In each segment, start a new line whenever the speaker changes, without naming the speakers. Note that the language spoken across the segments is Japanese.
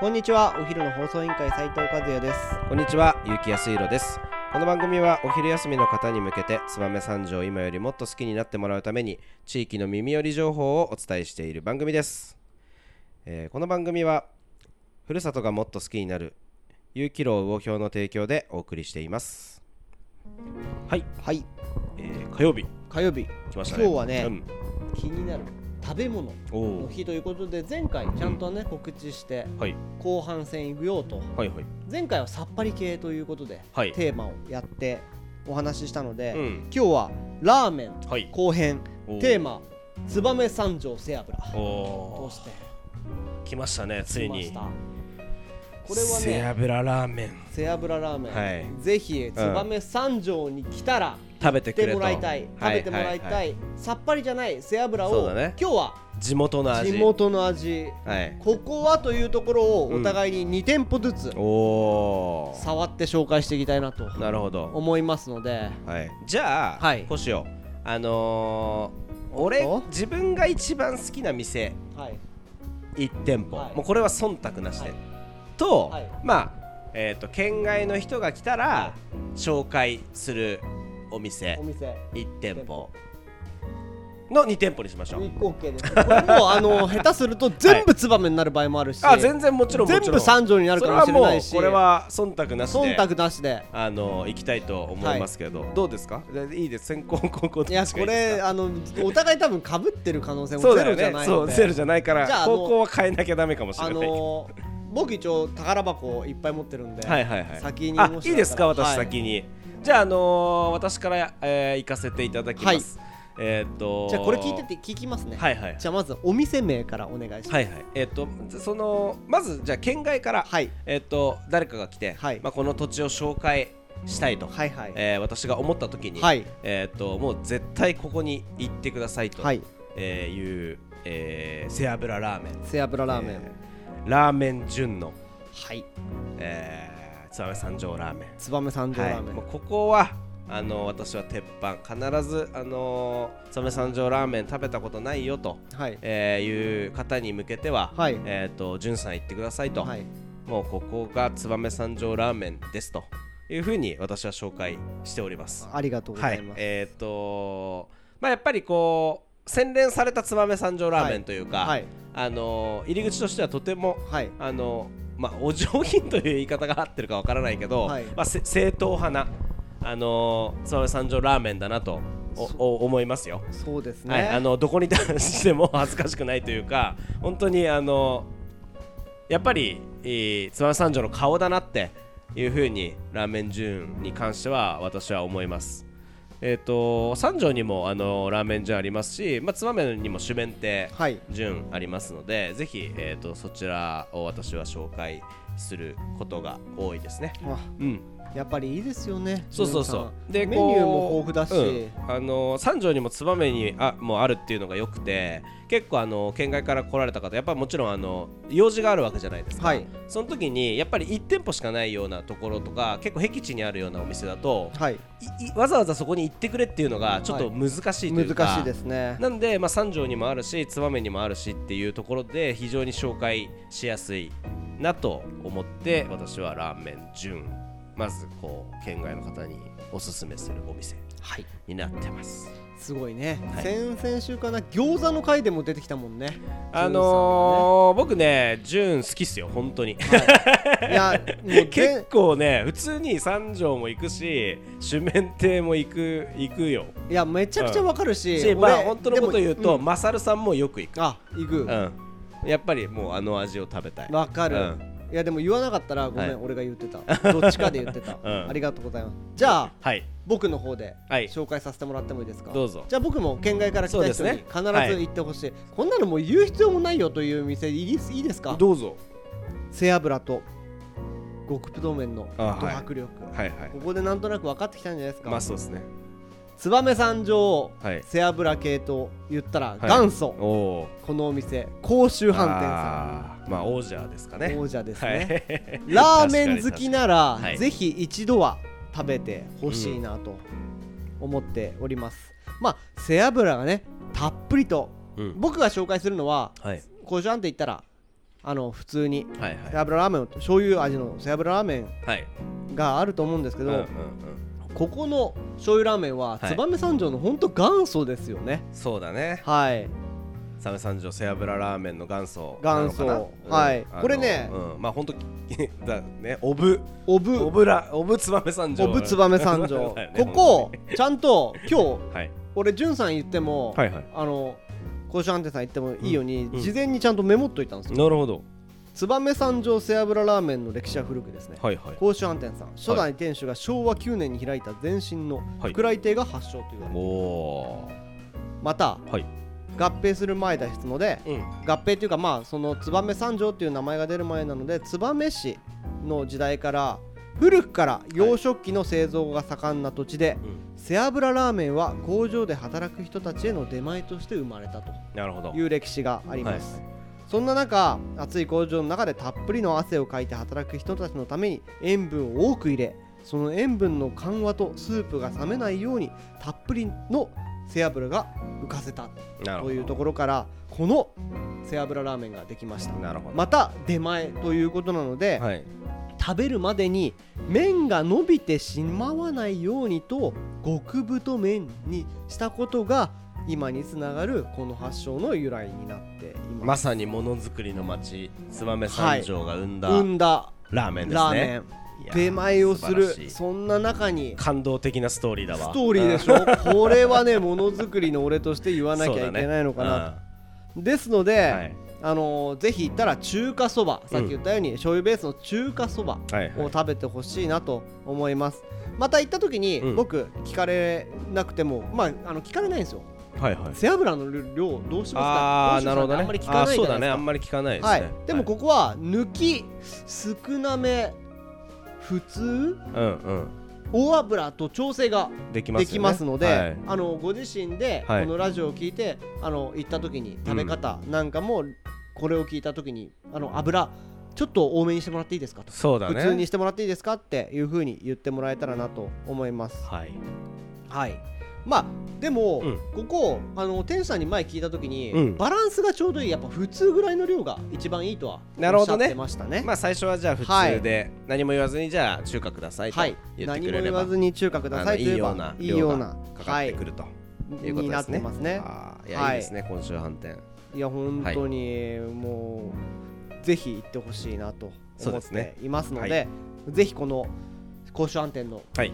こんにちはお昼の放送委員会斉藤和也です
こんにちは、ゆうきやすいろです。この番組はお昼休みの方に向けて、燕三条を今よりもっと好きになってもらうために、地域の耳寄り情報をお伝えしている番組です。えーこの番組は、ふるさとがもっと好きになる、ゆうきろう魚評の提供でお送りしています。
はい
えー火曜日、
火曜日
来ましたね。
今日はね、
うん
気になる食べ物
お
の
お、
日ということで前回ちゃんとね、告知して
はい、
後半戦行くよと
はいはい。
前回はさっぱり系ということで、
はい
テーマをやってお話ししたので、
うん、
今日はラーメン
はい。
後編
おー
テー。マ「燕三条背脂」
お
と
お、
して
来ましたね、つい
きまし
に。
たこれは
背
ね
脂ラーメン。
背脂ラーメン、
はい
ぜひ燕三条に来たら、
食べて
来
くれ
て
と
もらいたい食べてもらいたい,、
ははは
さっぱりじゃない背脂
そう
を、
だね
今日は
地元の味。
地元の味
はい。
ここはというところをお互いに2店舗ずつ
おー
触って紹介していきたいなと
なるほど、
思いますので
はい、じゃあ、
はい
こうしようあのー、俺
お
自分が一番好きな店
はい
1店舗、
はい
もうこれは忖度なし
は
で、
い
と、
はい
まあえっ、と県外の人が来たら
は
紹介するお店
お店
1店舗の2店舗にしましょう
OK ですこれもうあ の下手すると全部ツバメになる場合もあるし、
あ全然もちろんも
全
ちろん
部三条になるかもしれないし
それはもうこれは忖度なしで
忖度なしで
あの行きたいと思いますけど、どうですかでいいです先行後攻
い
どっ
や
ち
こ
がいいです
れ
か
あのお互い多分かぶってる可能性も
そう
ゼ
だよ
ロじゃ
ね
ない
そ
の
う
で
ゼロじゃないから
じゃああの
方向は変えなきゃダメかもしれ
あ
ない
のー僕一応宝箱いっぱい持ってるんで、
はいはいはい
先に
あ
もし
いいですか
だったら
私先に、じゃああのー、私から、えー行かせていただきます、えーっと
じゃあこれ聞いてて聞きますね、
はいはい
じゃあまずお店名からお願いします
はいはいえーっとそのまずじゃあ県外から、
はい
えーっと誰かが来て、
はい
まあ、この土地を紹介したいと、
はいはい
えー私が思った時に、
はい
えーっともう絶対ここに行ってくださいと、
はい
えーいう、えー、背脂ラーメン
背脂ラーメン、
えーラーメン純の
はい
えー、燕三条ラーメン
燕三条ラーメ
はい
ン、
もうここはあの私は鉄板必ず、あのー、燕三条ラーメン食べたことないよと、
はい
えーいう方に向けては、
はい
えー、と潤さん行ってくださいと、
はい
もうここが燕三条ラーメンですというふうに私は紹介しております。
ありがとうご
は
ざ
い
います、
えーとまあ、やっぱりこう洗練された燕三条ラーメンというか、
はい
あのー入り口としてはとても
はい
あのまあお上品という言い方が合ってるかわからないけど、
はい
まあ、せ正統派なあのー燕三条ラーメンだなとお
そ
お思いますよ。
そうですね、
はい、あのどこに対しても 恥ずかしくないというか本当にあのやっぱり、えー、燕三条の顔だなっていうふうにラーメンジューンに関しては私は思います。えー、と三条にもあのラーメンジューンありますし、まあ、燕にも主弁亭
はい
順ありますのでぜひ、えー、とそちらを私は紹介することが多いですね。
あ
うん、
やっぱりいいですよね
そうそうそう
純さんメニューも豊富だし、
こううんあの三条にも燕にあもあるっていうのがよくて結構あの県外から来られた方やっぱもちろんあの用事があるわけじゃないですか、
はい
その時にやっぱり1店舗しかないようなところとか結構僻地にあるようなお店だと
はい
いいわざわざそこに行ってくれっていうのがちょっと難しいというか、
難しいですね
なんで、まあ、三条にもあるし燕にもあるしっていうところで非常に紹介しやすいなと思って私はラーメン純まずこう県外の方におすすめするお店
はい
になってます
すごいね、
はい
先々週かな餃子の回でも出てきたもんね
あのー僕ね純好きっすよ本当に
いやもう
結
全
構ね普通に三条も行くし主面亭も行く行くよ
いやめちゃくちゃわかるし、
し、まあ、
俺
本当のこと言う
でも
と、マサルさんもよく行く
んあ行く
うんやっぱりもうあの味を食べたい
わ、かる、
うん
いやでも言わなかったらごめん、
はい
俺が言って たどっちかで言ってた、
うん
ありがとうございますじゃあ
はい
僕の方で
はい
紹介させてもらってもいいですか、
どうぞ
じゃあ僕も県外から来た人
そう
に
です
必
ね
ず行ってほしい、こんなのもう言う必要もないよという店いいですいいですか
どうぞ
背脂と極太麺のド
あはい
迫力、
はいはい
ここでなんとなく分かってきたんじゃないですか、
まあそうですね
燕三条、
はい
背脂系と言ったら
はい
元祖、
おお
このお店甲州飯店さ
さんまあ王者ですかね
ん王者ですね、
はい
ラーメン好きなら、
確かに確かにはい
ぜひ一度は食べてほしいなと思っております、まあ背脂がねたっぷりと
うん
僕が紹介するのは
はい
胡椒あんって言ったらあの普通に
はいはい
背脂ラーメン醤油味の背脂ラーメ
はい
ンがあると思うんですけ
うん
ど、
うんうん
ここの醤油ラーメンは
はい
燕三条の本当元祖ですよね
そうだね
はい
サメ三条背脂ラーメンの元祖なの
元
か
祖
な
はい
あの
これね
うんまあほんと だねおぶ
おぶ
おぶらおぶつばめ三条
おぶつばめ三 条、
だよね
ここちゃんと今日
本当にはい
俺じゅんさん言っても、
はいはい
あの甲子安定さん言ってもいいように、
うんうん
事前にちゃんとメモっといたんですよ
なるほど
燕三条背脂ラーメンの歴史は古くですね
はいはい
甲州安店さん初代店主が昭和9年に開いた前身の
はい
福来亭が発祥と言われ
お
る、
お
また
ーはい
合併する前脱出ので
うん
合併というかまあその燕三条という名前が出る前なので燕市の時代から古くから洋食器の製造が盛んな土地で、
うん
背脂ラーメンは工場で働く人たちへの出前として生まれたと
なるほど
いう歴史があります、そんな中暑い工場の中でたっぷりの汗をかいて働く人たちのために塩分を多く入れその塩分の緩和とスープが冷めないようにたっぷりの背脂が浮かせた
なるほ
と
ど
いうところからこの背脂ラーメンができました
なるほど
また出前ということなので、
はい
食べるまでに麺が伸びてしまわないようにと極太麺にしたことが今につながるこの発祥の由来になっていま。
ますさにものづくりの町燕三条が生んだ
生んだ
ラーメンです
ラーメ
ね
ン、
いやー
出前をす
素晴ら
る
しい
そんな中に
感動的なストーリーだわ
ストーリーでしょ これはねものづくりの俺として言わなきゃいけないのかな、
な
ですので、
はい
あのーぜひ行ったら中華そばさっき言ったように、醤油ベースの中華そば、
はい
を食べてほしいなと思いますまた行った時に
うん
僕聞かれなくても、まああの聞かれないんですよ
はいはい
背脂の量どうしますか
ああーなるほどね
あんまり聞かないじゃないですか
あーそうだねあんまり聞かないです
はい
ね
でもここは抜き少なめ普通
はいうん
大油と調整が
うんできます
で
よね
きますので、
はい
あのご自身でこ
はい
のラジオを聞いて、あの行った時に食べ方なんかもこれを聞いた時にあの油ちょっと多めにしてもらっていいですかと
そうだね
普通にしてもらっていいですかっていう風に言ってもらえたらなと思います
はい
はいまあでも、
う
ここあの店主さんに前聞いた時に、
うん
バランスがちょうどいいやっぱ普通ぐらいの量が一番いいとは
なる
おっ
ほ
しゃ
ど
っ
ね
てましたね
まあ最初はじゃあ普通で何も言わずにじゃあ中華くださいと
はい
言って
何
く
も
れれ
言
ば
わずに中華くだ
あ
さ
の
い
い
と
い
いえ
よう
ば
ない
いような
かかってくるということですね
になってますね
あーい
は
や
い
いいですね今週反転
いや本当にもうぜひ行ってほしいなと
そう
思
で
っ
すね
ていますので
は
ぜひこの甲州安店の
はい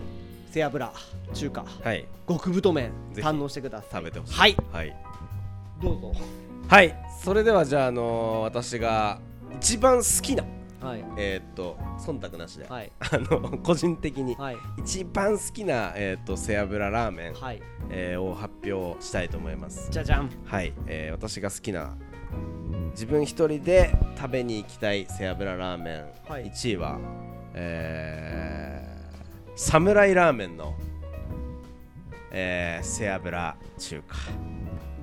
背脂中華
はい
極太麺
ぜひ
堪能してください
食べてほしい
はい
はい
どうぞ
はいそれではじゃああのー私が一番好きな
はい
えーっと忖度なしであ
はい
の個人的に
はい
一番好きなえーっと背脂ラーメン
はい
えーを発表したいと思います
じゃじゃん
はい、えー私が好きな自分一人で食べに行きたい背脂ラーメン、
はい
1位は、えー、侍ラーメンの、えー背脂中華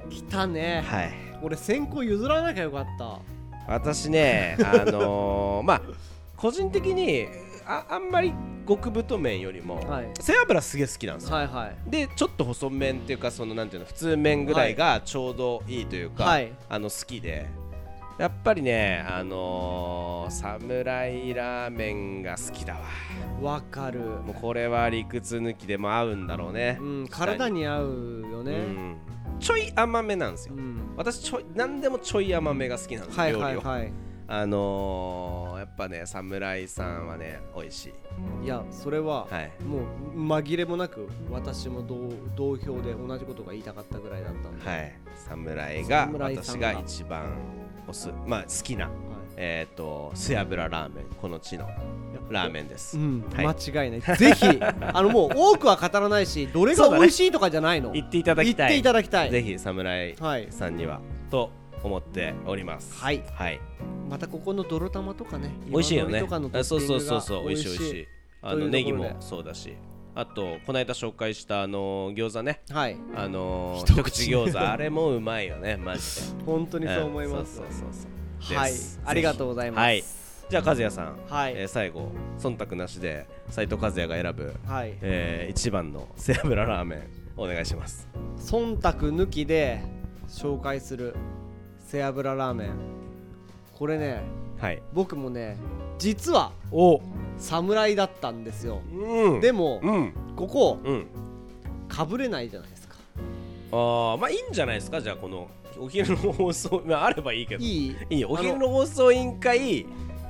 来たね
はい
俺先行譲らなきゃよかった
私ねあのーまあ個人的にああんまり極太麺よりも、
はい
背脂すげえ好きなんですよ、
はいはい
でちょっと細麺っていうかそのなんていうの普通麺ぐらいがちょうどいいというか、
はい
あの好きでやっぱりねあのー、侍ラーメンが好きだわ
わかる
もうこれは理屈抜きでも合うんだろうね
うん体に合うよ
う
ね
んちょい甘めなんです
う
よ、
ん
私ちょい何でもちょい甘めが好きなんですよ、
はいはい
料理を
はい
あのー、やっぱね侍さんはね美味しい
いやそれは
はい
もう紛れもなく私も同同票で同じことが言いたかったぐらいだったんで、
はい侍が
侍さ
私
んが
が一番おすまあ好きな
はい
えっ、と背脂ラーメンこの地のラーメンです、
うん
はい
間違いないぜひあのもう多くは語らないしどれが
そうだね
美味しいとかじゃないの、
行っていただ
言
き
った
い
ていただきたい
ぜひ侍
はい
さんには、と思っております
はい
はい、
またここの泥玉とかね
美味しいよ
今
ね
治とかのト
あ
ッ
そう
ピング
そう
が
そうそう美味しい美味しいあ
というところ
の
で
ネギもそうだしあとこの間紹介したあの餃子ね
はい
あの
一口
一口餃子あれもうまいよねマジで
本当にそう思います、
うんそうそうそうそう
はい
です
ありがとうございます
はいじゃあ和也さん、
はい
えー最後忖度なしで斉藤和也が選ぶ
はい
えー、一番の背脂ラーメンお願いします
忖度抜きで紹介する背脂ラーメンこれね
はい
僕もね実は
お
侍だったんですよ
うん
でも
うん
ここ
うん
かぶれないじゃないですか
ああまあいいんじゃないですかじゃあこのお昼の放送 まああればいいけど
いい
いいよお昼の放送委員会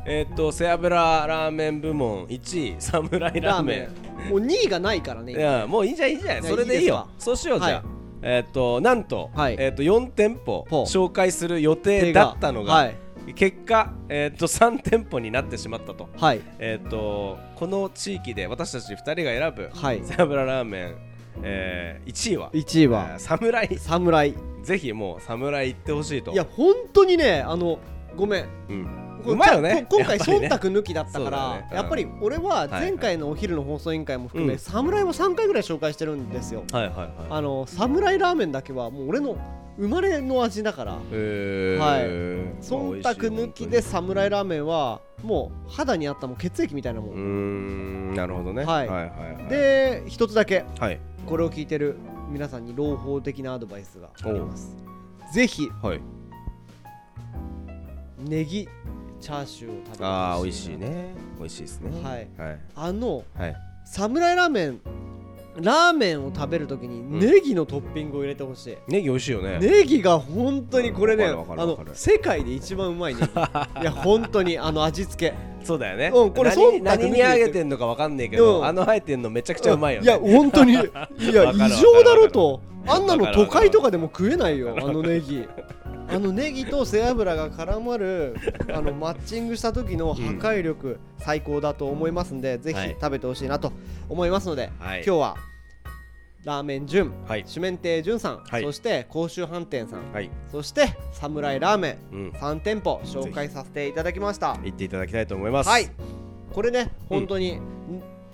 えーっと背脂ラーメン部門1位侍ラーメン
もう2位がないからね
いやもういいじゃんいいじゃん
いや
それでいいよ
いいです
そうしようじゃあ、
はい
えーっとなんと,、
はい
えーっと4店舗
ほう
紹介する予定
手
だったのが、
はい
結果、えーっと3店舗になってしまったと,、
はい
えーっとこの地域で私たち2人が選ぶ
はい
背脂ラーメン、え1位は
1位
えー
は
侍
侍
ぜひもう侍行ってほしいと
いや本当にねあのごめん
うん、
これ
うまいよね
こ今回
やっぱりね
忖度抜きだったから、
そうだよねうん
やっぱり俺は前回のお昼の放送委員会も含め、
うん
侍も3回ぐらい紹介してるんですよ、
はいはいはい
あの侍ラーメンだけはもう俺の生まれの味だから
えー
はい
まあ美
忖
味しい
度抜きで侍ラーメンはもう肌にあったもう血液みたいなも、
うんーんなるほどね、
はい
はいはいはい
で一つだけ
はい
これを聞いてる皆さんに朗報的なアドバイスがありますぜひ
はい
ネギチャーシューを食べてほしいな
あー美味しいね美味しいですね
はい
はい
あの
はい
侍ラーメンラーメンを食べるとき
ん
にネギのトッピングを入れてほしい、
ネギ美味しいよね
ネギが本当にこれね、
うんわかる
あ
わかるわか
の
る
世界で一番うま いネギいや本当にあの味付け
そうだよね
うんこれ忖度抜
何
き
何にあげてんのかわかんないけど、
うん
あのあえてんのめちゃくちゃうまいよ
いや
ね
本当にいや異
わかるわかる
常だろとあんな
わか
の
るわ
都
かる
会とかでも食えないよあのネギあのネギと背脂が絡まるあのマッチングした時の破壊力、最高だと思いますんでぜひ
はい
食べてほしいなと思いますので、
はい
今日はラーメン純
はい
主麺亭純さん、
はい
そして甲州飯店さん
はい
そして侍ラーメン
うん
3店舗紹介させていただきました
行っていただきたいと思います
はいこれね本当に、ん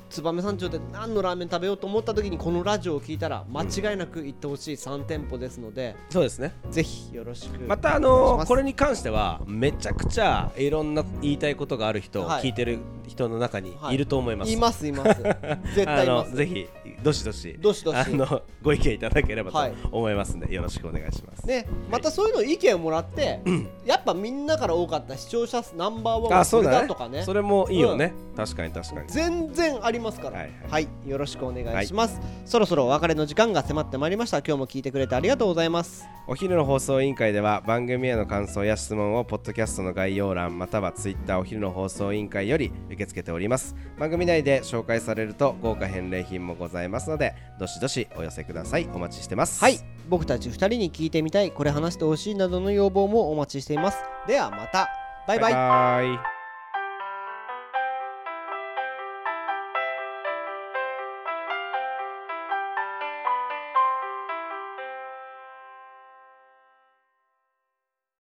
燕三条で何のラーメン食べようと思った時にこのラジオを聞いたら間違いなく行ってほしい3店舗ですので、
そうですね
ぜひよろしく
またあ
お願いし
の
ま
ー
す
これに関してはめちゃくちゃいろんな言いたいことがある人、
はい
聞いてる人の中に
はい
いると思います、
いますいます 絶対いま
あ
す
のぜひどしどし
どしどし
あのご意見いただければと
はい
思いますので、よろしくお願いします
ね、またそういうの意見をもらって、やっぱみんなから多かった視聴者数ナンバーワン
あ
は
そ
そうれ
だ
だ
ね
とかね
それもいいよね、確かに確かに
全然ありますから
は
はいい、
は
よろしくお願いします、そろそろお別れの時間が迫ってまいりました今日も聞いてくれてありがとうございます
お昼の放送委員会では番組への感想や質問をポッドキャストの概要欄またはツイッターお昼の放送委員会より受け付けております番組内で紹介されると豪華返礼品もございますのでどしどしお寄せくださいお待ちしてます
はい僕たち2人に聞いてみたいこれ話してほしいなどの要望もお待ちしていますではまたバイバイ
バイバイ